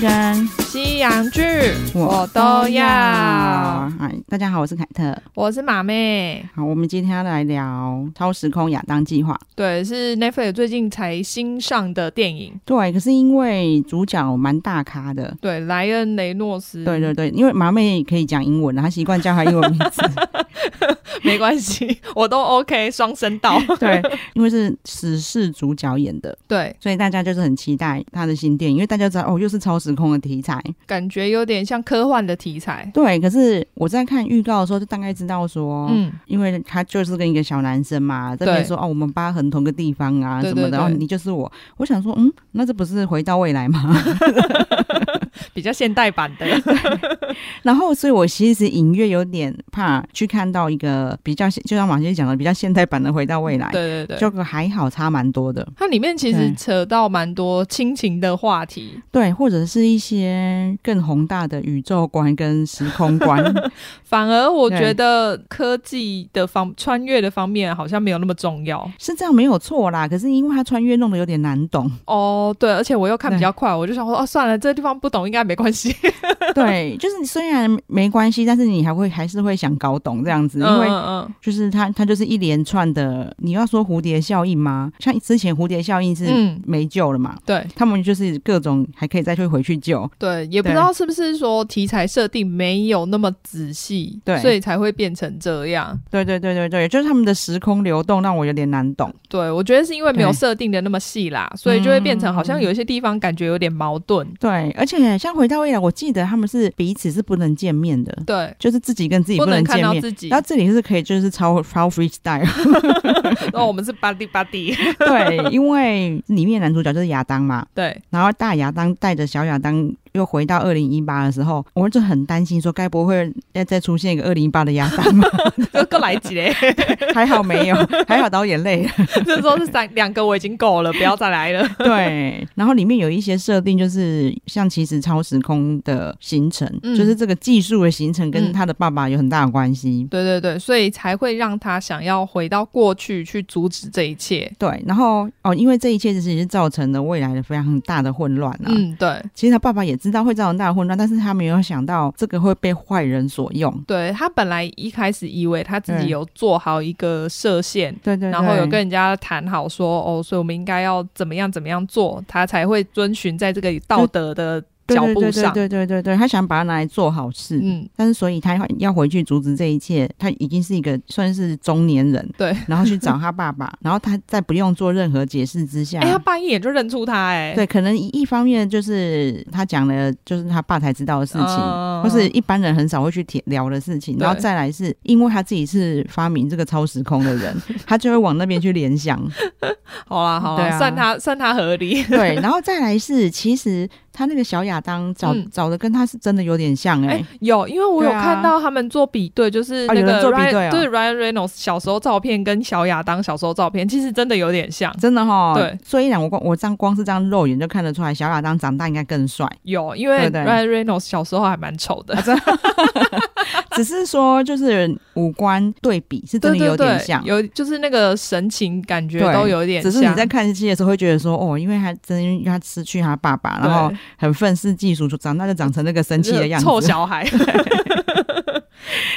跟西洋剧我都要，嗨，哎大家好，我是凯特。我是马妹。好，我们今天要来聊《超时空亚当计划》。对，是 Netflix 最近才新上的电影。对，可是因为主角蛮大咖的。对，莱恩·雷诺斯。对对对，因为麻妹可以讲英文，啊她习惯叫她英文名 字。没关系， 我都 OK，双声 道。对，因为是史事主角演的，对，所以大家就是很期待她的新电影，因为大家知道哦，又是超时空的题材。感觉有点像科幻的题材。对，可是我在看预告的时候，就大概知道说，嗯，因为他就是跟一个小男生嘛，在那边对说哦，我们八很同个地方啊对什么的，对哦，对你就是我。我想说，嗯，那这不是回到未来吗？ 比较现代版 的。然后，所以我其实隐约有点怕去看到一个比较现，就像马先讲的，比较现代版的回到未来。对对对，这个还好，差蛮多的。它里面其实对扯到蛮多亲情的话题，对，或者是一些更宏大的宇宙观跟时空观。 反而我对觉得科技的方穿越的方面好像没有那么重要是这样没有错啦，可是因为他穿越弄得有点难懂，哦。对，而且我又看比较快，我就想说哦，算了，这地方不懂应该没关 系。 对，就是虽然没关系，但是你还会还是会想搞懂这样子，嗯因为嗯嗯就是它，它就是一连串的。你要说蝴蝶效应吗？像之前蝴蝶效应是嗯，没救了嘛，对他们就是各种还可以再去回去救。对，也不知道是不是说题材设定没有那么仔细，对所以才会变成这样。对对对对对，就是他们的时空流动让我有点难懂。对，我觉得是因为没有对设定的那么细啦，嗯所以就会变成好像有一些地方感觉有点矛盾。对，而且像回到未来，我记得他们是彼此是不能见面的，对，就是自己跟自己不能看见到面。自己 然，后这里是可以，就是超超 freestyle，然哦后我们是 buddy buddy。对，因为里面男主角就是亚当嘛，对，然后大亚当带着小亚当又回到二零一八的时候，我就很担心说，该不会再再出现一个二零一八的亚当吧？各各来几嘞。 还好没有， 还好导演累了。这时候是三两个我已经够了，不要再 来了。对，然后里面有一些设定，就是像其实超时空的行程，嗯就是这个技术的行程跟嗯他的爸爸有很大的关系。对对对，所以才会让他想要回到过去去阻止这一切。对，然后哦，因为这一切其实造成了未来的非常大的混乱啊。嗯，对其实他爸爸也知道会造成大的混乱，但是他没有想到这个会被坏人所用。对，他本来一开始以为他自己嗯有做好一个射线，对对对，然后有跟人家谈好说，哦，所以我们应该要怎么样怎么样做，他才会遵循在这个道德的对脚对步对上。对对对对对，他想把它拿来做好事。嗯，但是，所以他要回去阻止这一切。他已经是一个算是中年人，对。然后去找他爸爸，然后他在不用做任何解释之下，哎、他爸一眼就认出他、哎，啊对，可能一一方面就是他讲了，就是他爸才知道的事情，嗯或是一般人很少会去提聊的事情。对然后再来是因为他自己是发明这个超时空的 人，他就会往那边去联想。好啦好啦，对啊算他算他合理。对，然后再来是其实他那个小亚当找、嗯找的跟他是真的有点像哎、哎、有，因为我有对啊看到他们做比对，就是啊那有人个做比 Ryan，、对哦对 Ryan Reynolds 小时候照片跟小亚当小时候照片，其实真的有点像。真的哈、对，虽然我光我这样光是这样肉眼就看得出来，小亚当长大应该更 帅，有，因为对对啊 Ryan Reynolds 小时候还蛮丑的，只是说就是五官对比是真的对对有点对像，。有就是那个神情感觉对都有点只像。是你在看戏的时候会觉得说，哦，因为他真因为他失去他爸爸，然后对很愤世嫉俗，就长大就长成那个生气的样臭子。小孩，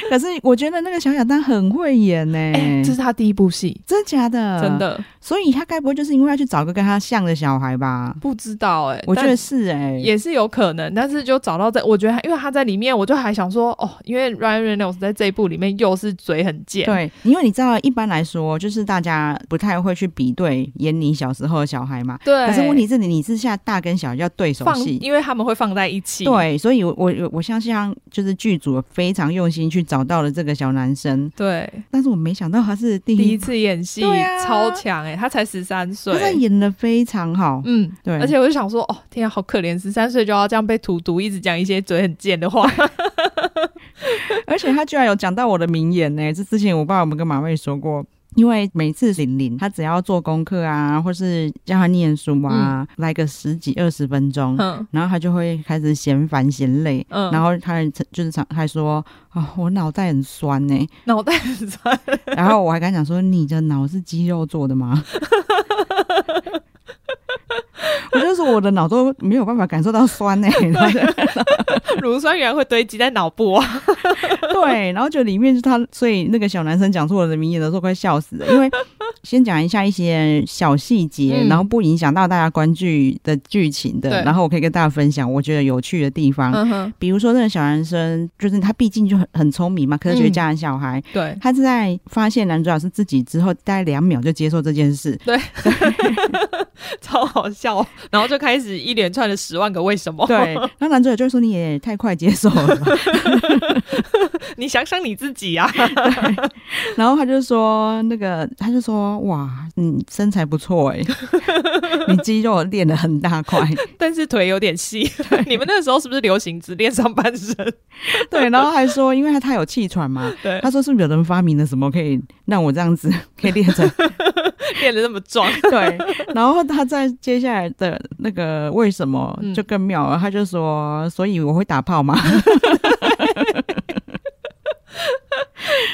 可是我觉得那个小亚当很会演呢、 哎，这是他第一部戏，真的假的？真。的所以他该不会就是因为要去找个跟他像的小孩吧？不知道哎、我觉得但是哎、也是有可能，但是就找到在，我觉得他因为他在里面，我就还想说哦，因为 Ryan Reynolds 在这一部里面又是嘴很贱，对，因为你知道，一般来说，就是大家不太会去比对演你小时候的小孩嘛。对，可是问题是你，你是下大跟小要对手放，戏。因为他们会放在一起，对，所以我，我我我相信，啊就是剧组非常用心去找到了这个小男生，对，但是我没想到他是第第一一，次演戏、对啊超强哎、他才十三岁他。在演的非常好。嗯，对而且我就想说，哦，天啊，好可怜，十三岁就要这样被荼毒，一直讲一些嘴很贱的 话。而且他居然有讲到我的名言呢、这之前我不知道有没有跟马妹说过。因为每次玲玲，她只要做功课啊，或是叫她念书啊，来个十几二十分钟，嗯然后她就会开始嫌烦嫌累，嗯，然后她还就是常还说啊、我脑袋很酸呢、脑袋 很酸， 然后我还跟她讲说，你的脑是肌肉做的吗？ 我就是我的脑都没有办法感受到酸哎、然后就 乳酸原来会堆积在脑部啊。 对，然后就里面就他，所以那个小男生讲出我的名言的时候，快笑死了。因为先讲一下一些小细节，嗯然后不影响到大家观剧的剧情的对，然后我可以跟大家分享我觉得有趣的地方。嗯哼，比如说，那个小男生就是他，毕竟就很很聪明嘛，科学家的小孩，对，他是在发现男主角是自己之后，大概两秒就接受这件事。超好笑。然后就开始一连串的十万个为什么。对，然后男主角就说：“你也太快接受了吧。”你想想你自己啊。然后他就说，那个他就说，哇，你身材不错哎、 你肌肉练得很大块。但是腿有点细。你们那时候是不是流行只练上半身？对，然后还说，因为他他有气喘嘛，对，他说是不是有人发明了什么可以让我这样子可以练成？练得那么壮。 对，然后他在接下来的那个为什么嗯就更妙了，他就说，所以我会打 炮嘛。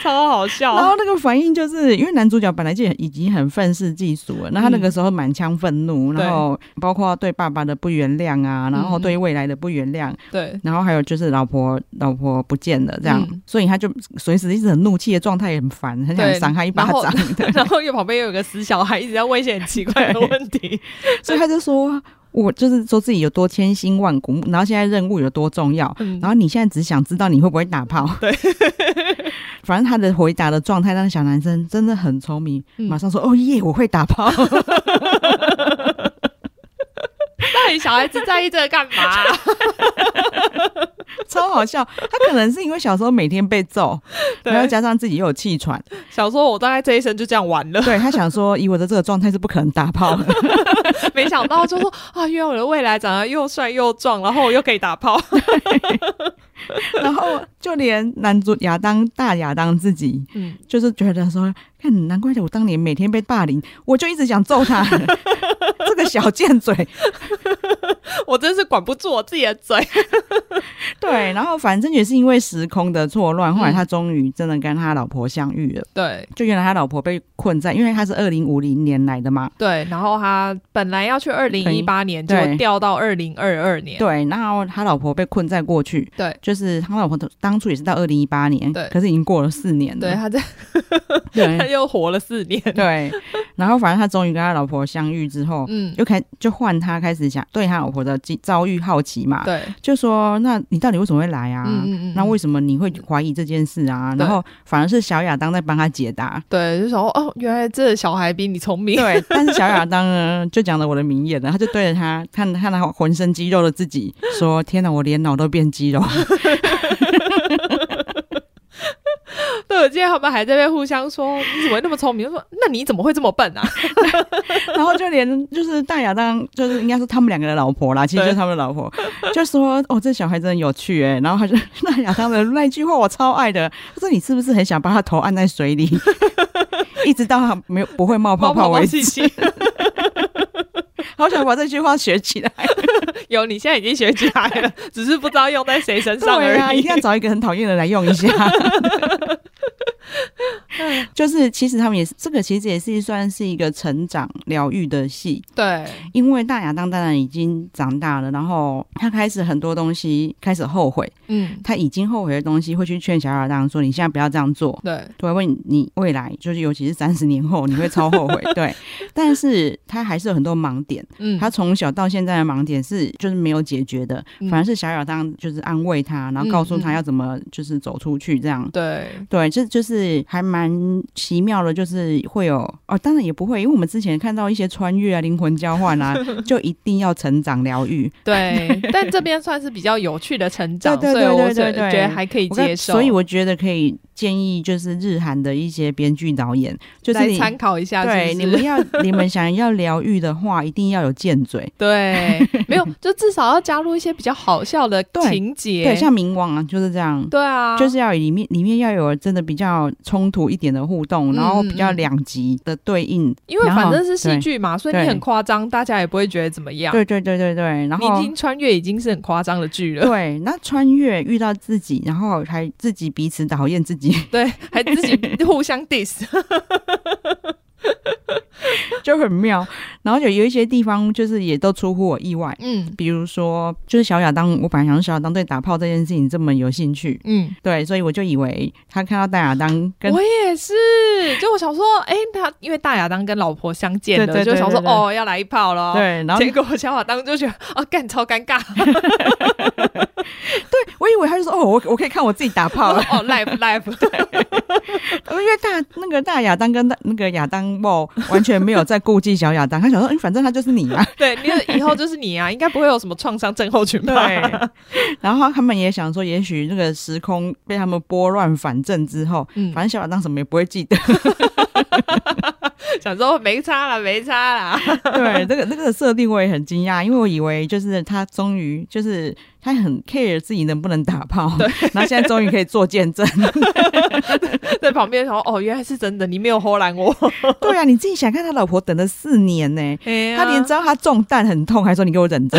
超好笑。然后那个反应就是因为男主角本来就已经很愤世嫉俗嗯了，那他那个时候满腔愤怒，对然后包括对爸爸的不原谅啊，然后对未来的不原谅。对，然后还有就是老婆老婆不见了这样，嗯所以他就随时一直很怒气的状态，也很烦，很想对赏他一巴掌然。对，然后又旁边又有个死小孩，一直在问一些很奇怪的问题。所以他就说。我就是说自己有多千辛万苦，然后现在任务有多重要，嗯然后你现在只想知道你会不会打炮。对， 反正他的回答的状态让小男生真的很聪明，嗯马上说：“哦耶，我会打 炮。到底小孩子在意这个干嘛？” 超好笑。他可能是因为小时候每天被揍，然后对，加上自己又有气 喘，想说我大概这一生就这样完了，对他想说以我的这个状态是不可能打炮 的。没想到就说啊，因为我的未来长得又帅又壮，然后我又可以打炮。然后就连男主亚当大亚当自己，嗯，就是觉得说，看难怪我当年每天被霸凌，我就一直想揍他， 这个小贱嘴。 我真是管不住我自己的嘴。对，然后反正也是因为时空的错乱，后来嗯他终于真的跟他老婆相遇了。 对就原来他老婆被困在，因为他是二零五零年来的嘛，对，然后他本来要去二零一八年，对就调到二零二二年。对，然后他老婆被困在过去。对就是他老婆当初也是到二零一八年，对可是已经过了四年对，了，他在 对 他又活了 四年。对，然后反正他终于跟他老婆相遇之后，嗯，就开就换他开始想对他老婆的遭遭遇好奇嘛，对，就说那你到底为什么会来啊？嗯嗯嗯，那为什么你会怀疑这件事啊？对。然后反而是小亚当在帮他解答对，就想说哦，原来这小孩比你聪明。 对，但是小亚当呢，就讲了我的名言了，他就对着他看看他浑身肌肉的自己说：“天哪，我连脑都变肌肉。 对，我记得他们还在那边互相说：“你怎么会那么聪明？”就说：“那你怎么会这 么笨啊”然后就连就是大亚当，就是应该是他们两个的老婆啦，其实就是他们的老婆，就说：“哦，这小孩真的有趣哎。”然后他就 大亚当的那一句话我超爱的，他说：“你是不是很想把他头按在水里， 一直到他没有不会冒？”泡猫泡为止？气息，好想把这句话学起来。 有，你现在已经学起来 了，只是不知道用在谁身上对啊，而一已定。要找一个很讨厌的来用一 下。就是，其实他们也是这个，其实也是算是一个成长疗愈的戏，对因为大亚当当然已经长大了，然后他开始很多东西开始后悔，嗯，他已经后悔的东西会去劝小亚当说：“你现在不要这样做。”对，对，问你你未来就是，尤其是三十年后，你会超后悔。对，但是他还是有很多盲点，嗯，他从小到现在的盲点是就是没有解决的，嗯反而是小亚当就是安慰他，然后告诉他要怎么就是走出去这样。对对，这就是还蛮奇妙的，就是会有哦，当然也不会，因为我们之前看到一些穿越啊、灵魂交换 啊，就一定要成长疗愈。 对，但这边算是比较有趣的成长，对所对以我对对觉对觉得还可以我看接受，所以我觉得可以建议就是日韩的一些编剧导演，就是来你参考一下，对是你不是们 要你们想要疗愈的话，一定要有剑 嘴。 对，没有，就至少要加入一些比较好笑的对情节，对，像冥王啊就是这样。对啊，就是要有里面里面要有真的比较冲突一点的互动，嗯然后比较两极的对应。因为然后反正是戏剧嘛，所以你对很夸张，大家也不会觉得怎么样。对对对对对，然啊你已后嗯经穿越已经是很夸张的剧 了，对那穿越遇到自己，然后还自己彼此讨厌自己， 对，还自己互相 diss，就很妙。然后有有一些地方就是也都出乎我意外，嗯比如说就是小亚当，我本来想说小亚当对打炮这件事情这么有兴趣，嗯，对，所以我就以为他看到大亚当跟我也是，就我想说，哎、他因为大亚当跟老婆相见了，对对对就想说对对哦要来一炮了，。对，然后结果小亚当就觉得 啊，干超尴尬，我以为他就说哦，我我可以看我自己打炮了， 哦 ，live live，因为大那个大亚当跟大那个亚当豹完全没有在顾忌小亚当，他想说，嗯，反正他就是你嘛。对，你以后就是你啊，应该不会有什么创伤症候群吧？ 然后他们也想说，也许那个时空被他们拨乱反正之后，嗯反正小亚当什么也不会记得。想说没差啦，没差啦， 对，这个那个设定我也很惊讶，因为我以为就是他终于就是他很 care 自己能不能打炮， 对，然后现在终于可以做见证。在旁边想说哦，原来是真的，你没有偷懒我，对啊，你自己想看他老婆等了四年呢、他他连知道他中弹很痛，还说你给我忍着。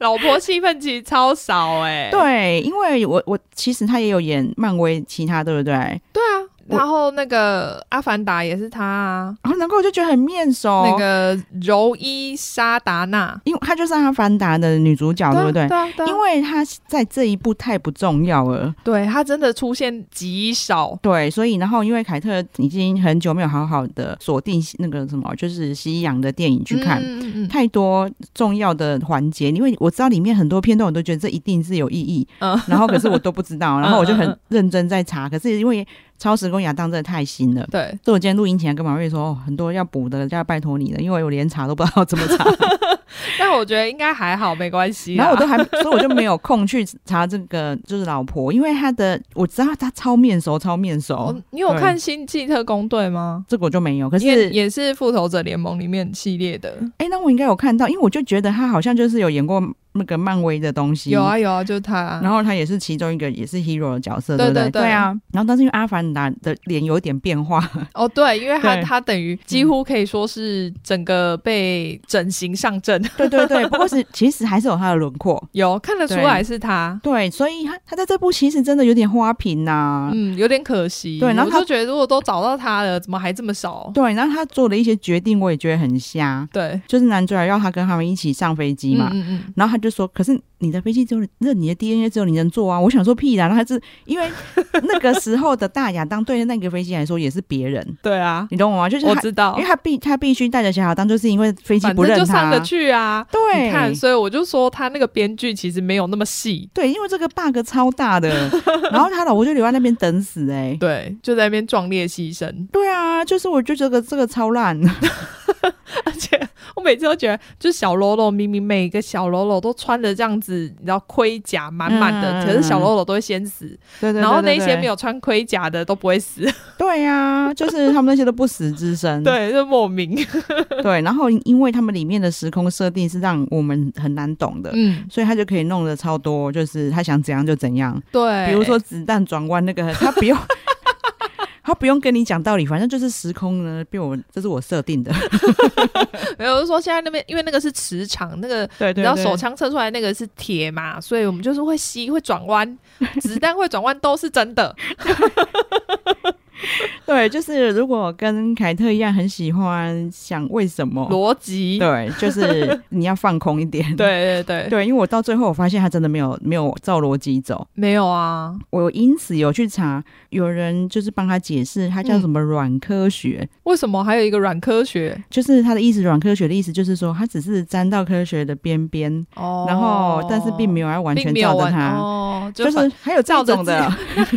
老婆戏份其实超少哎、对，啊因为我我其实他也有演漫威其他，对不对？然对啊，我然后那个《阿凡达》也是他啊，后难怪我就觉得很面熟，那个柔伊莎达娜，因为她就是《阿凡达》的女主角，对不对对？啊对啊对啊因为她在这一部太不重要了，对他真的出现极少，对，所以然后因为凯特已经很久没有好好的锁定那个什么，就是西洋的电影去看。嗯嗯嗯太多重要的环节，因为我知道里面很多片段，我都觉得这一定是有意义，嗯然后可是我都不知 道，然后我就嗯嗯很认真在查，可是因为超时空亚当真的太新了，对。所以我今天录音前跟马瑞说，哦、很多要补的，要拜托你了，因为我连查都不知道怎么 查，啊但我觉得应该还好，没关系啊啦。然后我都还，所以我就没有空去查这个，就是老婆，因为她的我知道她超面熟，超面熟，哦，你有对看《星际特工队》吗？这个我就没有。可是，也也是《复仇者联盟》里面系列的，哎、那我应该有看到，因为我就觉得她好像就是有演过那个漫威的东西，有啊有啊，就是他。然后他也是其中一个也是 hero 的角色，对不对对？对啊。然后但是因为阿凡达的脸有一点变 化，哦，对，因为他对他等于几乎可以说是整个被整形上阵， 对对对，不过是其实还是有他的轮廓。有看得出对啊来是他。对，所以他他在这部其实真的有点花瓶啊呐、嗯，有点可惜。对然后我他就觉得如果都找到他了，怎么还这么少？对，然后他做的一些决定，我也觉得很瞎。对，就是男主角要他跟他们一起上飞机嘛，嗯嗯然后他就说：“可是你的飞机只有那你的 DNA 只有你能做啊！”我想说屁啦，然后他是因 为那个时候的大亚当对那个飞机来说也是别人，对啊，你懂我吗？就是我他，知道因为，他必他必须带着小亚当，就是因为飞机反不正认就他，上得去啊。对，你看，所以我就说他那个编剧其实没有那么细。对，因为这个 bug 超大的，然后他老婆就留在那边等死哎、 对，就在那边壮烈牺牲，对啊，就是我就觉得这个超烂， 而且 我每次都觉得，就是小喽啰明明每个小喽啰都穿的这样子，你知道盔甲满满的，嗯可是小喽啰都会先死，对对然后那些没有，有穿盔甲的都不会死，对啊，就是他们那些都不死之身， 对，就莫名，对，然后因为他们里面的时空设定是让我们很难懂的，嗯，所以他就可以弄得超多，就是他想怎样就怎样，对，比如说子弹转弯那个，他不用。 他不用跟你讲道理，反正就是时空呢被我这是我设定的，没有，我就说现在那边因为那个是磁场，那个对你知道手枪测出来那个是铁嘛，所以我们就是会吸、会转 弯，子弹会转弯都是真的。对，就是如果跟凯特一样很喜欢想为什么，逻辑，对，就是你要放空一点。 对对对对，因为我到最后我发现他真的没有没有照逻辑走，没有啊，我因此有去查，有人就是帮他解释，他叫什么软科学，为什么还有一个软科学？就是他的意思，软科学的意思就是说他只是沾到科学的边边，哦，然后但是并没有要完全并没照有着完他。哦，就就是是还有这种的照，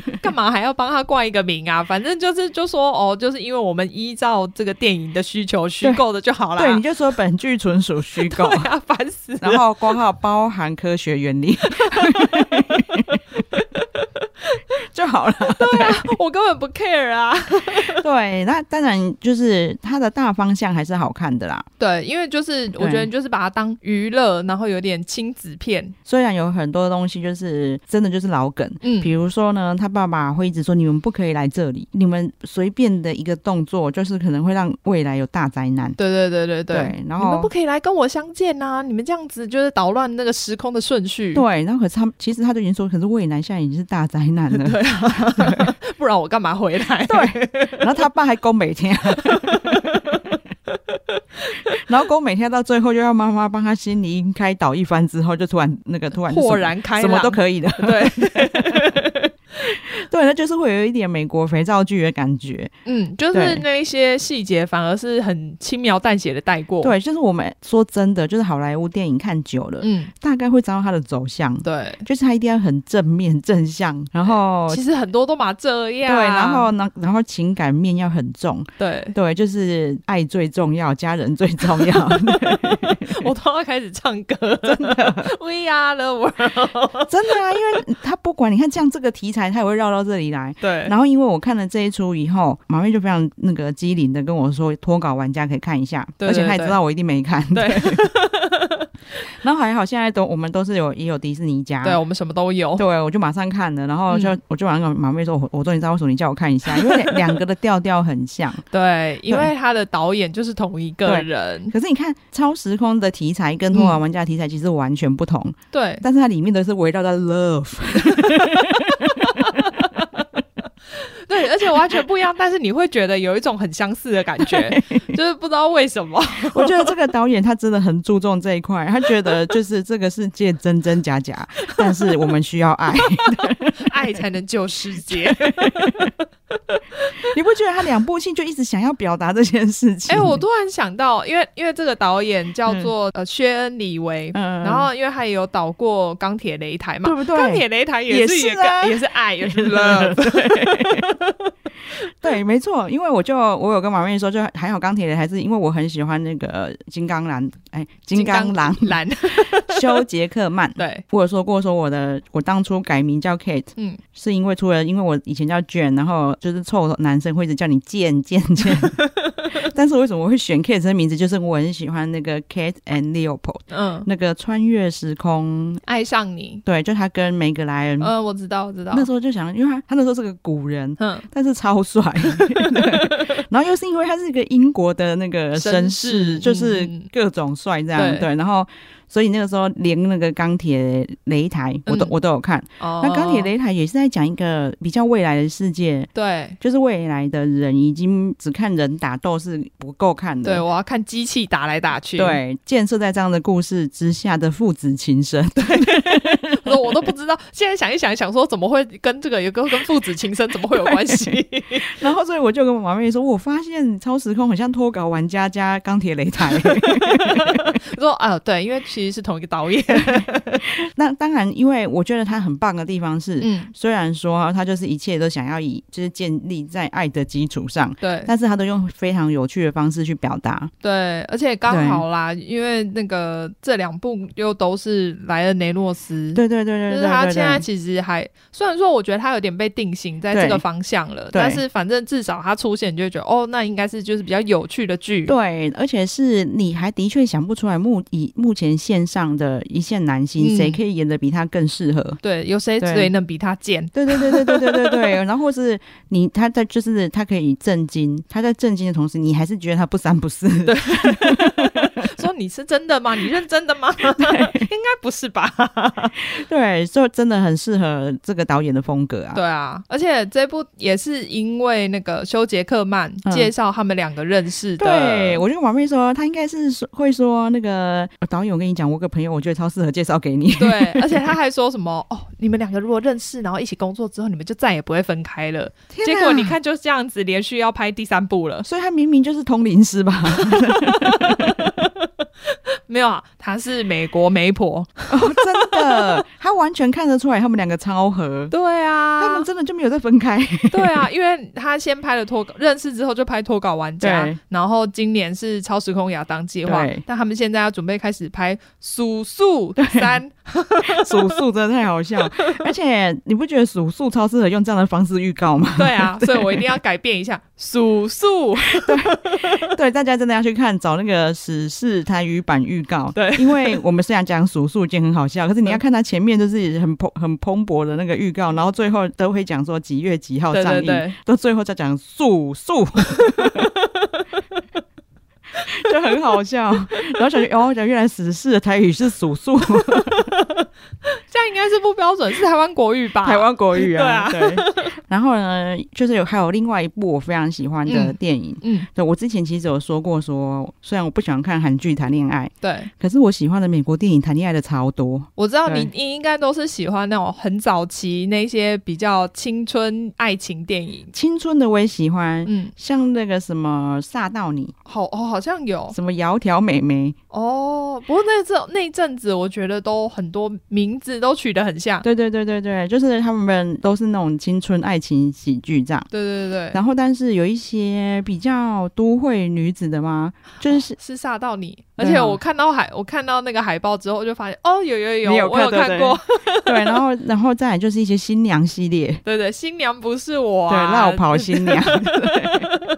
干嘛还要帮他冠一个名啊？反正就是就说哦，就是因为我们依照这个电影的需求虚构的就好啦。 对，你就说本剧纯属虚构，对啊，烦死了。 然后括号包含科学原理 就好了。 我根本不 care 啊。对，那当然就是它的大方向还是好看的啦。对，因为就是我觉对得你就是把它当娱乐，然后有点亲子片，虽然有很多东西就是真的就是老梗，嗯比如说呢，他爸爸会一直说你们不可以来这里，你们随便的一个动作就是可能会让未来有大灾难。对对对对对，对然你们后不可以来跟我相见呐、你们这样子就是捣乱那个时空的顺序，对，然后可是他其实他就已经说，可是未来现在已经是大灾难 了。对，不然我干嘛回 来？然后他爸还攻每天， 然后攻每天到最后就要妈妈帮他心理开导一番之后，就突然那个突然就什么 豁然开朗，什么都可以的。对， 对，那就是会有一点美国肥皂剧的感觉。嗯，就是对那一些细节反而是很轻描淡写的带过，，对，就是我们说真的，就是好莱坞电影看久了，嗯，大概会知道它的走向，对，就是它一定要很正面正向，然后。其实很啊多都嘛这哦对，样，然后呢，然后情感面要很重，对对，就是爱最重要，家人最重 要，我都要开始唱歌，真的 ，We are the world，真的啊，因为他不管你看，像这个题材，他也会绕到这里来。对，然后因为我看了这一出以后，马妹就非常那个机灵的跟我说，脱稿玩家可以看一下，对而且她也对知道我一定没看。对然后还好，现在都我们都是有也有迪士尼家，对，我们什么都有，对，我就马上看了，然后就、哦嗯我就马上跟马妹说，我我终于知道为什么你叫我看一下，因为两两个的调调很像。对，因对为他的导演就是同一个对人，可是你看，超时空的题材嗯跟《托玩玩家》的题材其实完全不同，对，但是它里面都是围绕在 love。对，而且完全不一样，但是你会觉得有一种很相似的感 觉，就是不知道为什么。我觉得这个导演他真的很注重这一块，他觉得就是这个世界真真假假，但是我们需要爱。 爱才能救世界。你不觉得他两部戏就一直想要表达这件事情？哎、我突然想到，因为因为这个导演叫做、呃薛恩李维，嗯然后因为他也有导过《钢铁擂台》嘛，对不对钢铁擂台》也是也一是个啊也是爱，也是 love。对，没错，因为我就我有跟马妹说，就还好钢铁人还是因为我很喜欢那个金刚狼，哎，金刚狼蓝， 修杰克曼。对，我有说过，说我的我当初改名叫 Kate，嗯，是因为除了因为我以前叫 Jane，然后就是臭男生会一直叫你贱贱贱，但是为什么我会选 Kate 这个名字？就是我很喜欢那个 Kate and Leopold 嗯，那个穿越时空，爱上你。对，就他跟梅格莱恩、嗯，我知道，我知道。那时候就想，因为他他那时候是个古人，嗯，但是超 帅，对然后又是因为他是一个英国的那个绅绅士士，就是嗯各种帅这样对对，然后所以那个时候连那个钢铁擂台我都、嗯我都有看，哦，那钢铁擂台也是在讲一个比较未来的世界，哦对就是未来的人已经只看人打斗是不够看对，的。我要看机器打来打去。，嗯对，建设在这样的故事之下的父子情深， 我 说我都不知道，现在想一想，想说怎么会跟这个有跟跟父子情深怎么会有 关系？然后所以我就跟我妈妹说，我发现超时空很像脱稿玩家加钢铁擂台。说啊，对，因为其实是同一个导演，那当然，因为我觉得他很棒的地方是，嗯，虽然说他就是一切都想要以就是建立在爱的基础上，对嗯但是他都用非常有趣的方式去表达。对，而且刚好啦，因为那个这两部又都是莱恩雷诺斯，对对对对就对是他对现在对。其实还虽然说我觉得他有点被定型在这个方向了，对但是反正至少他出现，你就会觉得哦，那应该是就是比较有趣的剧，对，而且是你还的确想不出来目以目前线上的一线男星，嗯谁可以演的比他更适合？对，有谁对谁能比他贱？ 对对对对对对对对。然后是你他在就是他可以震惊，他在震惊的同时，你还是觉得他不三不四。对说你是真的吗？你认真的吗？ 应该不是吧？ 对，就真的很适合这个导演的风格啊。对啊，而且这部也是因为那个修杰克曼嗯介绍他们两个认识的，对，我就跟王妹说，她应该是说会说那个呃导演，我跟你讲，我有个朋友，我觉得超适合介绍给你。对，而且他还说什么哦，你们两个如果认识，然后一起工作之后，你们就再也不会分开了。 天结哪果你，看就这样子，连续要拍第三部了。所以他明明就是通灵师吧？ 没有啊，他是美国媒婆。哦真的，他完全看得出来他们两个超合。对啊，他他们真的就没有再分开。 对啊， 因为他先拍了脱稿，认识之后就拍脱稿玩家对，然后今年是超时空亚当计划对，但他们现在要准备开始拍《数速三》， 数数真的太好笑了， 而且你不觉得数数超适合用这样的方式预告吗？对啊，所以我一定要改变一下《数速》。 对，大家真的要去看找那个史事台语版预告。对，因为我们虽然讲数数已经很好笑，可是你要看它前面就是很蓬 很蓬勃的那个预告，然后最后都会讲说几月几号对上对映，对，到最后再讲数数。 就很好笑，然后想觉哦，原来史事的台语是数数，这样应该是不标准，是台湾国语吧？台湾国语啊。对对。然后呢，就是有还有另外一部我非常喜欢的嗯电影，嗯，对我之前其实有说过说虽然我不喜欢看韩剧谈恋爱，对，可是我喜欢的美国电影谈恋爱的超多。我知道你对你应该都是喜欢那种很早期那些比较青春爱情电影。青春的我也喜欢，嗯，像那个什么煞到你，好哦，好像有什么窈窕美眉，哦。不过那阵那一阵子，我觉得都很多名字都取得很像。对对对对对，就是他们都是那种青春爱情喜剧这样。对对对对，然后，但是有一些比较都会女子的 吗？就是是煞到你。而对啊且我看到海，我看到那个海报之后，我就发现哦，有有有，你有我有看看对过。 对，然后然后再来就是一些新娘系列，对对，新娘不是我对，啊，绕跑新娘， 对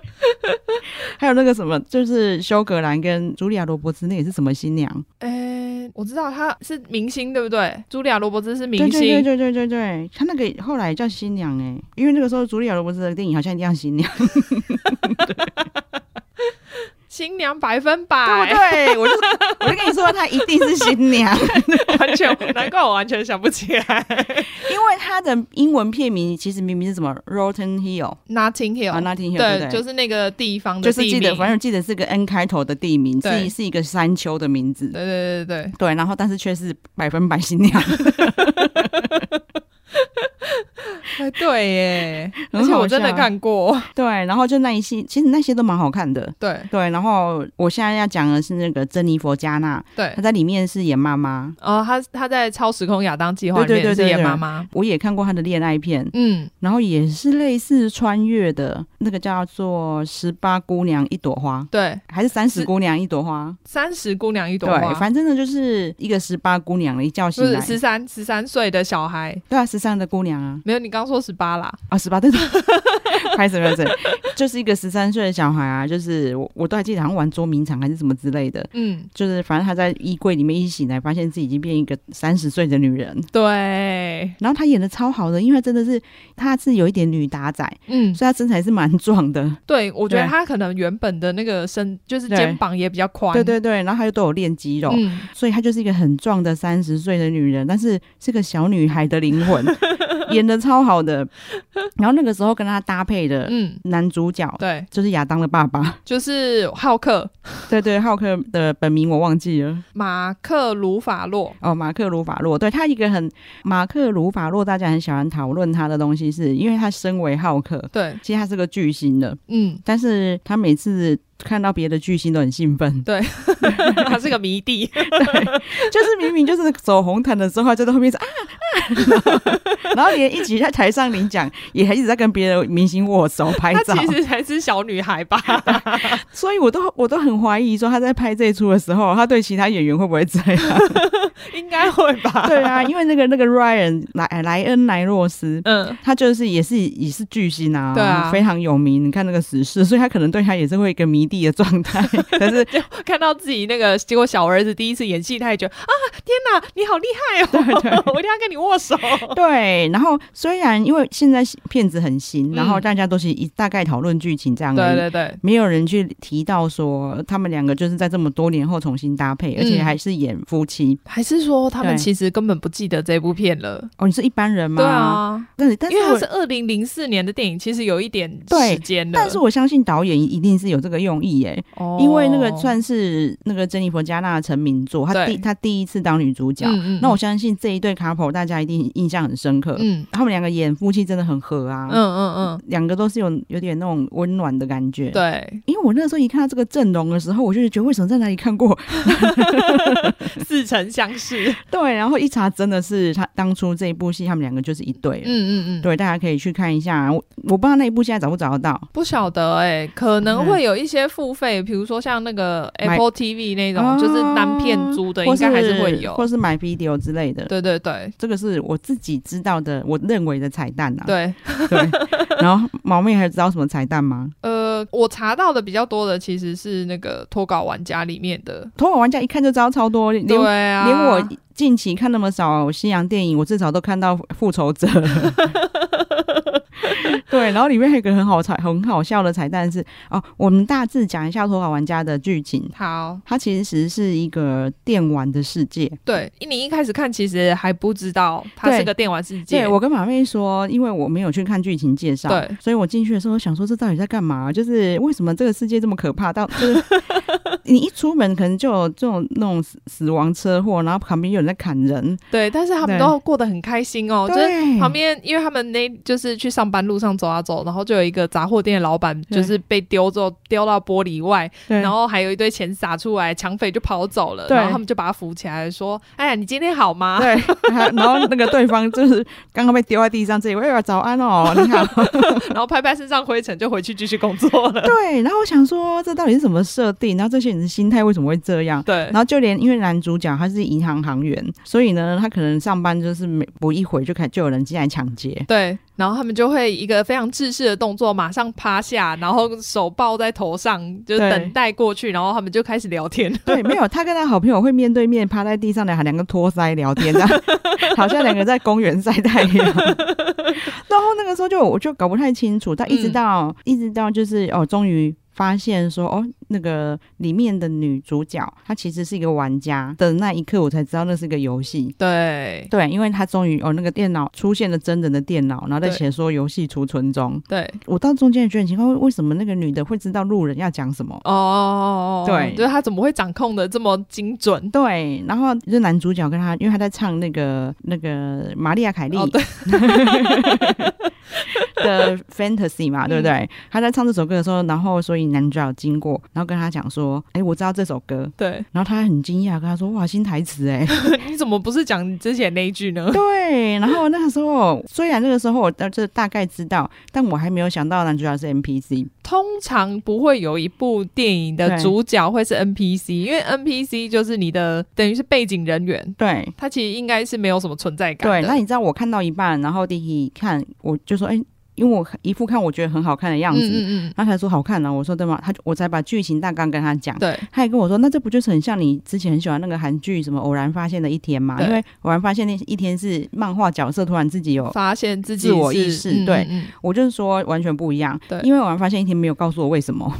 还有那个什么，就是修格兰跟茱莉亚·罗伯兹，那也是什么新娘？哎，我知道她是明星，对不对？茱莉亚·罗伯兹是明对星，对对对对对，她那个后来叫新娘哎、因为那个时候茱莉亚·罗伯兹的电影好像一定要新娘，新娘百分对百不，对？我就我就跟你说，她一定是新娘， 完全难怪我完全想不起来。因为她的英文片名其实明明是什么 Rotten Hill Nothing 啊 Hill，、 ，Nothing Hill，对对，不就对？是那个地方的就地是名，记得，反正记得是个 N 开头的地名，对是是一个山丘的名字，对对对对对，然后但是却是百分百新娘， 对，哎对耶，很而且好我真的笑啊看过， 对，然后就那一系，其实那些都蛮好看的。对对，然后我现在要讲的是那个珍妮佛·加纳，对她。在里面是演妈妈，哦，他他在《超时空亚当计划》里对对面对是对演对妈妈，我也看过她的恋爱片，嗯，然后也是类似穿越的，那个叫做《十八姑娘一朵花》对，还是《三是十姑娘一朵花》 《三十姑娘一朵对，花》反正呢就是一个十八姑娘一觉就醒是来，十三十三岁的小孩，对啊，十三的姑娘啊，没有，你刚说十八啦，啊，十八对对， 拍什么对，就是一个十三岁的小孩啊，就是我我都还记得好像玩捉迷藏还是什么之类的，嗯，就是反正她在衣柜里面一醒来，发现自己已经变一个三十岁的女人。对，然后她演的超好的，因为她真的是她是有一点女打仔，嗯，所以她身材是蛮壮的。对，我觉得对他可能原本的那个身就是对肩膀也比较宽，对对对，然后她又都有练肌肉，嗯，所以她就是一个很壮的三十岁的女人，但是是个小女孩的灵 魂，演的超好的。然后那个时候跟她搭配的嗯，男主角。对，就是亚当的爸 爸，就是浩克对对，浩克的本名我忘记嗯了马克·鲁法洛，哦，马克·鲁法洛，对他一个很马克·鲁法洛，大家很喜欢讨论他的东西是，因为他身为浩克，对，其实他是个巨星的， 嗯，，但是他每次看到别的巨星都很兴奋他是个迷弟， 就是明明就是走红毯的时候，他就在后面说啊啊， 然后连一起在台上领奖，也还一直在跟别的明星握手拍他照，其实才是小女孩 吧？所以我都我都很怀疑说他在拍这一出的时候，他对其他演员会不会这样？应该会吧？ 对啊，因为那个那个 Ryan 莱呃莱恩莱洛斯。嗯，他就是也是也是巨星啊，对啊非常有名。你看那个死侍，所以他可能对他也是会一个迷弟的状 态。可是 看到自己那个，结果小儿子第一次演戏，他也觉得啊，天哪，你好厉害 哦！我一定要跟你握手。对，然后虽然因为现在片子很新，嗯然后大家都是一大概讨论剧情这样而 对已。对对，没有人去提到说他们两个就是在这么多年后重新搭嗯配，而且还是演夫妻。还是说他们对其实根本不记得这部片了？哦，你是一般人吗？对，啊，但是但因是为它我是嗯二零零四年的电影，其实有一点对时间了。但是我相信导演一定是有这个用意耶、哦因为那个算是那个珍妮佛·加纳的成名作，她对第她第一次当女主角。嗯嗯那我相信这一对 couple 大家一定印象很深刻，嗯他们两个演夫妻真的很合啊嗯，嗯嗯，两个都是有有点那种温暖的感觉。，对，因为我那时候一看到这个阵容的时候，我就是觉得为什么在哪里看过？ 似曾相方式。对，然后一查真的是他当初这一部戏，他们两个就是一对了。嗯嗯嗯，对，大家可以去看一下。我我不知道那一部现在找不找得到。不晓得哎、可能会有一些付费，比如说像那个 Apple TV 那种，哦就是单片租的，啊或应该还是会有或。是买 video 之类的。对对对这个是我自己知道的，我认为的彩蛋啊。对，对。然后毛妹还知道什么彩蛋吗？呃，我查到的比较多的其实是那个脱稿玩家里面的，头脑玩家一看就知道超多，连对啊，连我近期看那么少西洋电影，我至少都看到《复仇 者》对，然后里面还有一个很好彩、很好笑的彩蛋是哦，我们大致讲一下《头脑玩家》的剧情。好。它其实是一个电玩的世界。对你一开始看其实还不知道它是对个电玩世界，对我跟马妹说，因为我没有去看剧情介绍，对，所以我进去的时候想说，这到底在干嘛？就是为什么这个世界这么可怕？到就是 你一出门，可能就有这种那种死死亡车祸，然后旁边有人在砍人，对，但是他们对都过得很开心哦，就是对旁边，因为他们那就是去上班路上走啊走，然后就有一个杂货店的老板，对就是被丢之后丢到玻璃外，对然后还有一堆钱撒出来，抢匪就跑走了，对然后他们就把他扶起来，说：“哎呀，你今天好吗对，他 然后那个对方就是刚刚被丢在地上，这里，喂，早安 哦，你好。？” 然后拍拍身上灰尘，就回去继续工作了。对，然后我想说，这到底是什么设定？然后这些人的心态为什么会这样？对然，后就连因为男主角他是银行行员，所以呢，他可能上班就是每不一会就开就有人进来抢劫。对，然后他们就会一个非常制式的动作，马上趴下，然后手抱在头上，就是对等待过去，然后他们就开始聊天。对，没有，他跟他好朋友会面对面趴在地上的，还两个托腮聊天， 这样好像两个在公园晒太阳。然后那个时候就我就搞不太清楚，但一直嗯到、一直到就是哦，终于发现说哦，那个里面的女主角她其实是一个玩家的那一刻，我才知道那是个游戏。 对对，因为她终于哦，那个电脑出现了真人的电脑，然后在对写说游戏储存中。对，我到中间也觉得很奇怪，为为什么那个女的会知道路人要讲什么？哦，对就是他怎么会掌控的这么精准？对，然后就是男主角跟他，因为他在唱那个那个玛丽亚凯莉、哦，对， 的 Fantasy 嘛，对不对？嗯他在唱这首歌的时候，然后所以男主角经过，然后跟他讲说：“哎，我知道这首歌。对，” 然后他很惊讶，跟他说：“哇，新台词哎、你怎么不是讲你之前那一句呢？对，然后那个时候虽然那个时候我这大概知道，但我还没有想到男主角是 NPC。 通常不会有一部电影的对主角会是 NPC，因为 NPC 就是你的等于是背景人员，对他其实应该是没有什么存在感对，的。那你知道我看到一半，然后弟弟看我就说：“哎，因为我一副看我觉得很好看的样嗯子。嗯他才说好看呢、啊我说对吗？他就我才把剧情大纲跟他讲嗯，，对他也跟我说，那这不就是很像你之前很喜欢那个韩剧什么《偶然发现的一天》嘛？对因为《偶然发现的一天》是漫画角色突然自己有，发现哦自己自我是意识嗯对嗯嗯我就是说完全不一样。对因为《偶然发现一天》没有告诉我为什 么。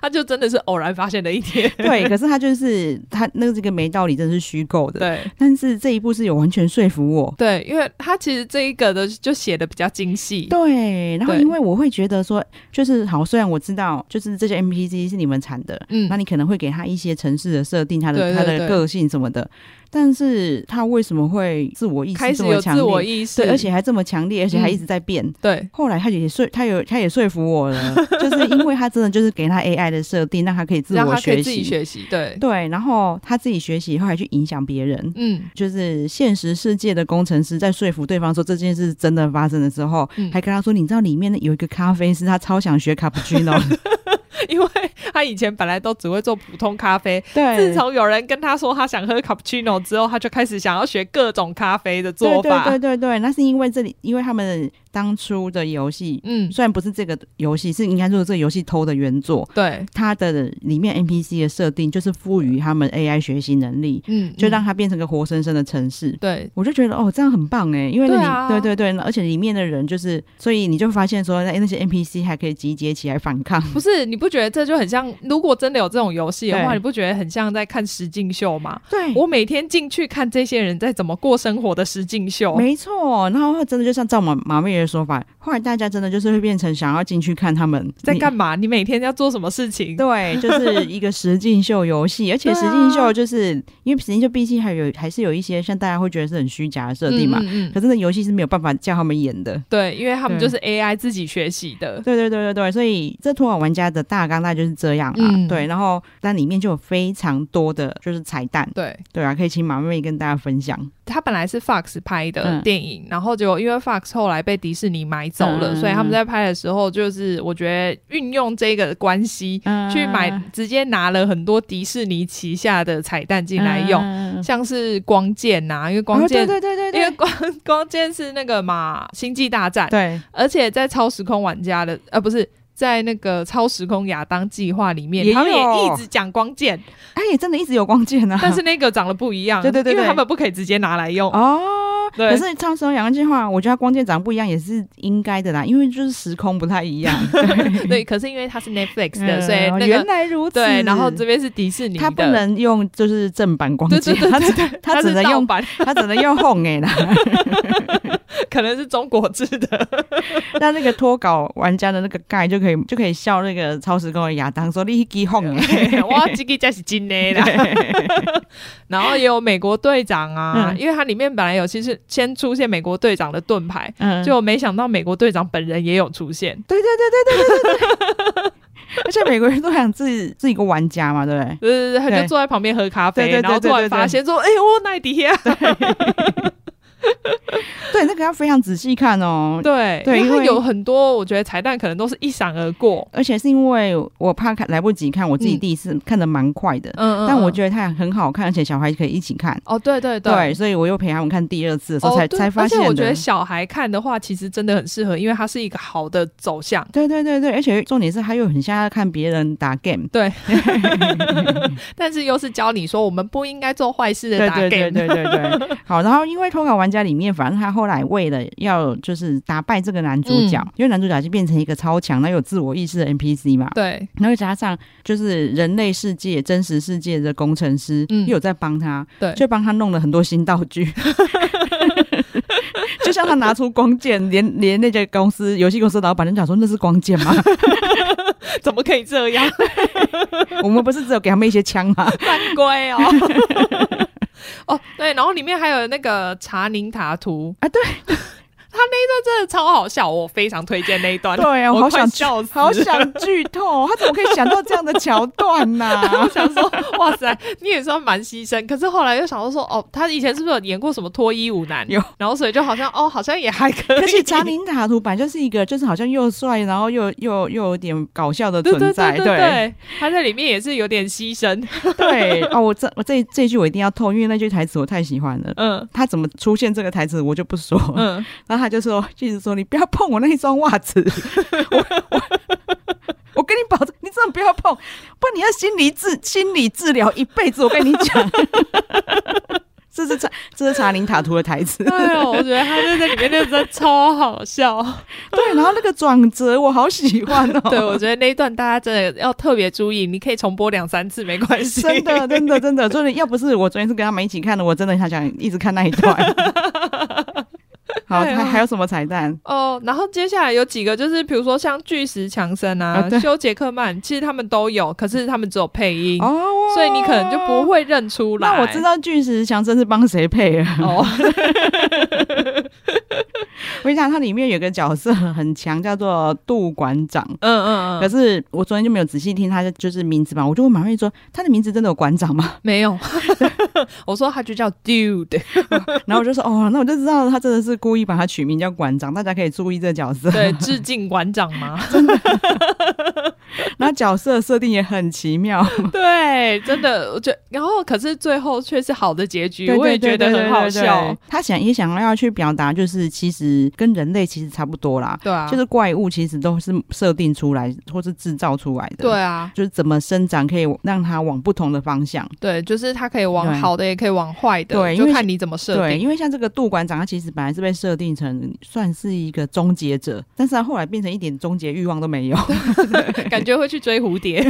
他就真的是偶然发现的一天。 对，可是他就是他那个这个没道理，真的是虚构的。对但是这一部是有完全说服我。对，因为他其实这一个的就写的比较精细。对，然后对因为我会觉得说，就是好，虽然我知道就是这些 NPC 是你们产的，嗯那，你可能会给他一些城市的设定，他的对对他对的个性什么的，但是他为什么会自我意识开这始么有强自我烈？意识，对，而且还这么强烈，而且还嗯一直在变。对后来他也说，他有他也说服我 了，就是因为他真的就是给他 AI 的设定，让他可以自让我他可以学自习。己学习。对，对，然后他自己学习以后还去影响别人。嗯， 就是现实世界的工程师在说服对方说这件事真的发生的时候，嗯还跟他说，你知道里面有一个咖啡师，他超想学卡布奇诺。因为他以前本来都只会做普通咖啡，对，自从有人跟他说他想喝 cappuccino 之后，他就开始想要学各种咖啡的做法。对对对对对，那是因为这里，因为他们当初的游戏，嗯，虽然不是这个游戏，是应该说这个游戏偷的原作，对，它的里面 NPC 的设定就是赋予他们 AI 学习能力，嗯，就嗯让它变成个活生生的城市。对我就觉得哦，这样很棒哎，因为那里对啊对对对，而且里面的人就是，所以你就发现说，哎，那些 NPC 还可以集结起来反抗。不是，你不觉得这就很像？如果真的有这种游戏的话，对你不觉得很像在看实境秀吗？对 我每天进去看这些人在怎么过生活的实境秀，没错，然后真的就像照马马妹的说法，后来大家真的就是会变成想要进去看他们在你干嘛？ 你每天要做什么事情？对，就是一个实境秀游戏，而且对啊实境秀就是、因为实境秀毕竟还有还是有一些像大家会觉得是很虚假的设定嘛，嗯嗯嗯可是那游戏是没有办法叫他们演的。对，因为他们对就是 AI 自己学习的。对对对对对，所以这托尔玩家的大大纲大概就是这样啦。嗯对，然后但里面就有非常多的就是彩蛋，对。对啊，可以请马妹跟大家分享。他本来是 Fox 拍的嗯电影，然后结果因为 Fox 后来被迪士尼买走了，嗯所以他们在拍的时候，就是我觉得运用这个关系啊去买，直接拿了很多迪士尼旗下的彩蛋进来用，嗯像是光剑呐、因为光剑、哦对对对对因为对光光剑是那个嘛《星际大战》，对，而且在超时空玩家的呃不是。在那个超时空亚当计划里面，也他们也有一直讲光 剑，哎，也真的一直有光剑啊，但是那个长得不一样，对对对因为对他们不可以直接拿来用。哦，对可是唱《时候阳光计划》，我觉得它光剑长得不一样也是应该的啦，因为就是时空不太一 样。对，对，可是因为它是 Netflix 的，嗯所以那原个来如此。对，然后这边是迪士尼的，它不能用就是正版光对对剑，对它只对，它它只是能盗用版，它只能用红哎啦。 可能是中国制的，那那个脱稿玩家的那个盖就可以就可以笑那个超时空的亚当说：“你一记红 哎。哇，这个才是真 的啦。然后也有美国队长啊，嗯因为它里面本来有其实先出现美国队长的盾牌”，嗯，就没想到美国队长本人也有出现。对对对对对对对对。而且美国人都想自己自己一个玩家嘛，对不对？对对对，他就对坐在旁边喝咖啡，对对对然后突对然对对发现说：“哎、我奈迪 呀！”对，那个要非常仔细看哦。对对因因为它为有很多我觉得彩蛋可能都是一闪而过。而且是因为我怕看来不及看，我自己嗯第一次看的蛮快的，嗯但我觉得得它很好看，而且小孩可以一起看。哦，对对对，所以我又陪他们看第二次的时候才、哦对才发现而的。且我觉得小孩看的话，其实真的很适合，因为它是一个好的 走向。对对对对，而且重点是他又很像在看别人打 game。但是又是教你说，我们不应该做坏事的对打 game。对对对对 对，好，然后因为偷稿玩家里面，反正他后来为了要就是打败这个男主角，嗯因为男主角就变成一个超强、那有自我意识的 NPC 嘛，对然后加上就是人类世界、真实世界的工程师，嗯又有在帮他，对就帮他弄了很多新道具。 就像他拿出光剑，连连那家公司游戏公司老板就讲说那是光剑吗？ 怎么可以这样？我们不是只有给他们一些枪吗？犯规 哦！哦，对，然后里面还有那个查宁塔图啊对， 他那一段真的超好笑，我非常推荐那 一段。对啊，我好快想笑死 好想剧透，他怎么可以想到这样的桥段 呢、我想说，哇塞，你也算蛮牺牲。可是后来又想到说，哦，他以前是不是有演过什么脱衣舞男？有，然后所以就好像，哦，好像也还可以。而且查宁塔图版就是一个，就是好像又帅，然后又又又有点搞笑的对对存在，对对对，他在里面也是有点牺 牲。对哦，我这我这这一句我一定要透，因为那句台词我太喜欢了。嗯他怎么出现这个台词我就不说，嗯，然后他就说，一直说你不要碰我那一双袜 子，我我 我跟你保证，你真的不要碰，不然你要心理治心理治疗一辈子，我跟你 讲。这是查这是查林塔图的台 词，哎呦，我觉得他就在里面那真的超好笑。 对，然后那个转折我好喜欢哦， 对，我觉得那一段大家真的要特别注意，你可以重播两三次没关系。真的，真的，真的，真的，要不是我昨天是跟他们一起看的，我真的很想一直看那一 段。好，哎呦还还有什么彩蛋？哦，然后接下来有几个就是，比如说像巨石强森啊啊、对修杰克曼，其实他们都有，可是他们只有配音，哦所以你可能就不。会认出来。那我知道巨石强森是帮谁配了。哦，我跟你讲，它里面有个角色很强，叫做杜馆长。 嗯嗯可嗯，是我昨天就没有仔细听他的就是名字嘛，我就问马瑞说：“他的名字真的有馆长吗 没有，我说他就叫 dude，？” 然后我就说：“哦，那我就知道他真的是故意把他取名叫馆长，大家可以注意这角色。 对，致敬馆长 嘛。然后角色设定也很奇 妙，对，真的，我觉得，然后可是最后却是好的结局，对我也对觉对得对很好对对笑。他想也想要去表达，就是其实跟人类其实差不多啦，对啊，就是怪物其实都是设定出来或是制造出来的。对。啊，就是怎么生长可以让它往不同的方向。对，就是它可以往对好的，也可以往坏的，对就因为看你怎么设对，定。因为像这个杜馆长，他其实本来是被设定成算是一个终结者，但是他后来变成一点终结欲望都没有。 感觉会去追蝴 蝶。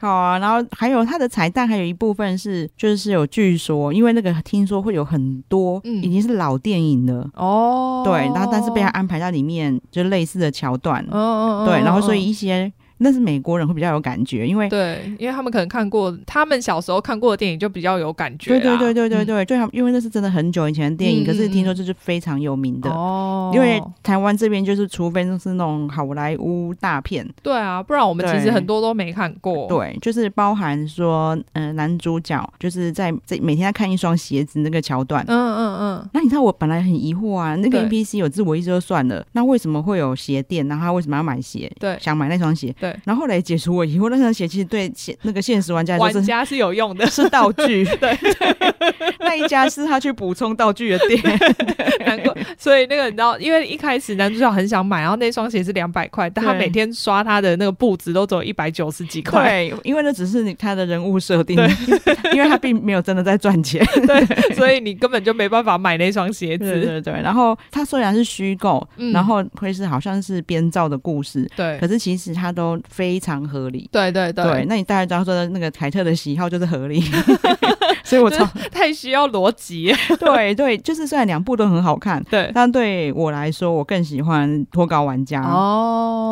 好啊，然后还有它的彩蛋，还有一部分是就是有据说，因为那个听说会有很多嗯已经是老电影了，哦对，然后但是被他安排在里面就类似的桥段，嗯嗯嗯，对，然后所以嗯一些那是美国人会比较有感觉，因为对，因为他们可能看过，他们小时候看过的电影就比较有感对觉啦。对对对对嗯对，对他们因为那是真的很久以前的电影，嗯可是嗯听说这是非常有名的。哦，因为台湾这边就是，除非就是那种好莱坞大片，对啊，不然我们其实对很多都没看过。对，就是包含说，呃，男主角就是在这每天在看一双鞋子那个桥段。嗯嗯嗯，那你知道我本来很疑惑啊，那个对 NPC 有自我意识就算了，那为什么会有鞋店？然后他为什么要买鞋？对想买那双鞋。对，然后后来解除我疑惑，那双鞋其实对现那个现实玩家来玩说是，家是有用的是道具。对， 那一家是他去补充道具的 店。 难怪。所以那个你知道，因为一开始男主角很想买，然后那双鞋是两百块，但他对每天刷他的那个步子都走一百九十几块，对，因为那只是你他的人物设定对， 因为他并没有真的在赚钱。所以你根本就没办法买那双鞋对子。对对，然后它虽然是虚构，嗯然后会是好像是编造的故事，对可是其实它都非常合理。对对对，对，那你大概知道说那个凯特的喜好就是合理，所以我超 太需要逻辑。对对，就是虽然两部都很好看，对，但对啊我来说，我更喜欢脱稿玩家。哦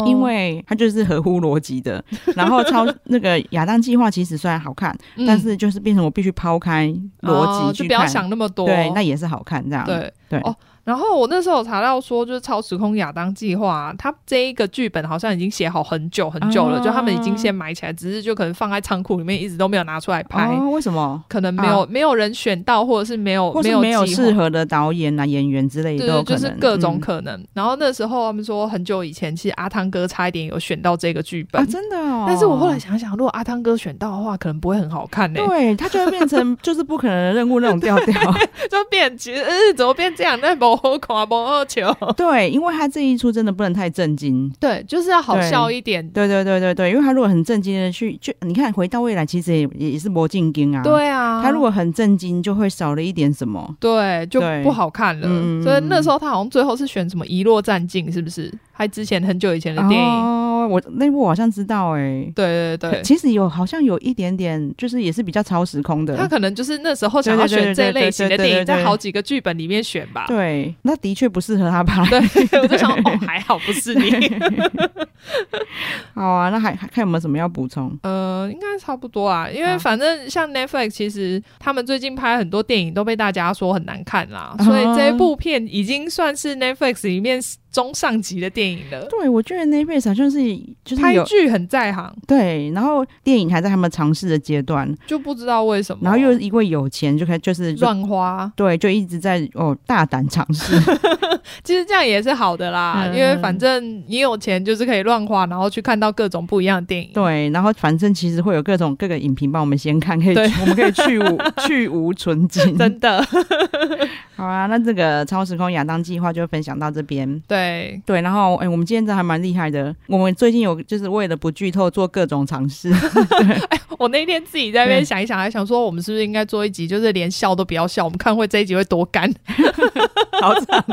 因为它就是合乎逻辑 的，然后超那个亚当计划其实虽然好看，嗯但是就是变成我必须抛开哦逻辑就去不要看，想那么多。对，那也是好看这样。对对哦。然后我那时候查到说，就是《超时空亚当计划、啊》，它这一个剧本好像已经写好很久很久了，啊就他们已经先买起来，只是就可能放在仓库里面，一直都没有拿出来拍。哦，为什么？可能没有、没有人选到，或者哦是没有或是有没有计划适合的导演啊、演员之类对的都有对，可就能，是各种嗯可能。然后那时候他们说，很久以前其实阿汤哥差一点有选到这个剧本，啊，真的、哦。但是我后来想想，如果阿汤哥选到的话，可能不会很好看欸呢、对他就会变成 就是不可能的任务那种调 调。就变其实、呃、怎么变这样？那不好看，不好球。 对，因为他这一出真的不能太震惊。对，就是要好对笑一点。对对对对对，因为他如果很震惊的去，就你看回到未来，其实也也是魔镜经啊。、对啊，他如果很震惊，就会少了一点什么。对就对不好看了。嗯所以那时候他好像最后是选什么《遗落战境》，是不是？还之前很久以前的电影。哦，我那部我好像知道哎、对对对。其实有好像有一点点，就是也是比较超时空的。他可能就是那时候想要对对对选这类型对的对对电对对影，在好几个剧本里面选吧。对，那的确不适合他吧？对， 我就想，哦，还好不是你。好啊，那还还看有没有什么要补充？呃，应该差不多啊，因为好反正像 Netflix，其实他们最近拍很多电影都被大家说很难看啦，所以这啊部片已经算是 Netflix 里面中上级的电影了。对，我觉得 Netflix 好像是就是拍有剧很在行，对，然后电影还在他们尝试的阶段，就不知道为什么，然后又因为有钱就开就是哦乱花，对，就一直在哦大胆尝 试，其实这样也是好的啦，嗯因为反正你有钱就是可以乱花，然后去看到各种不一样的电影。对，然后反正其实会有各种各个影评帮我们先看，可以对我们可以去无 去无存菁。真 的，好啊，那这个超时空亚当计划就分享到这边。对，对，然后哎、我们今天真的还蛮厉害的。我们最近有就是为了不剧透做各种尝 试，我那天自己在那边对想一想，还想说我们是不是应该做一集，就是连笑都不要笑，我们看会这一集会多干。好惨、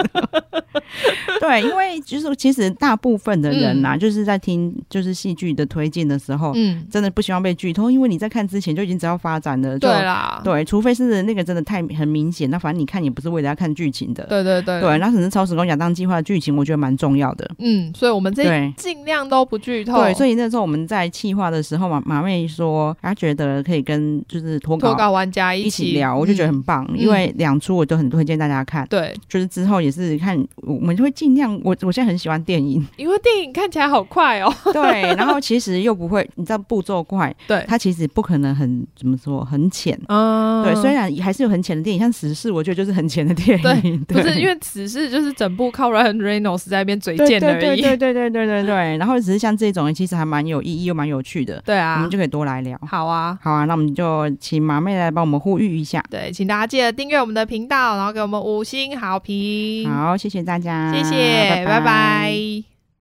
对，因为就是其实大部分的人呐、啊就是在听就是戏剧的推荐的时候，嗯，真的不希望被剧透，因为你在看之前就已经知道发展了。就对啦，对，除非是那个真的太很明显，那反正你看也不是为了要看剧情的。对对对对，那可能《超时空亚当计划》的剧情，我觉得蛮重要的。嗯，所以我们这对尽量都不剧透。对，所以以那时候我们在企划的时候，马马妹说她觉得可以跟就是脱脱稿稿玩家一起起聊，我就觉得嗯很棒，因为两出我都很推荐大家看。对，就是之后也是看，我们会尽量，我我现在很喜欢电 影，因为电影看起来好快哦。对，然后其实又不会，你知道步骤快，对，它其实不可能很怎么说很浅，嗯对，虽然还是有很浅的电影，像《时事》，我觉得就是很浅的电影， 不 对是因为此事就是整部靠 Ryan Reynolds 在那边嘴对贱而对已。对对对对对对对。然后只是像这种，其实还蛮有意义又蛮有趣的，对我啊们，就可以多来聊。好啊。好啊，那我们就请马妹来帮我们呼吁一下。对，请大家记得订阅我们的频道，然后给我们五星好评。好，谢谢大家，谢谢，拜拜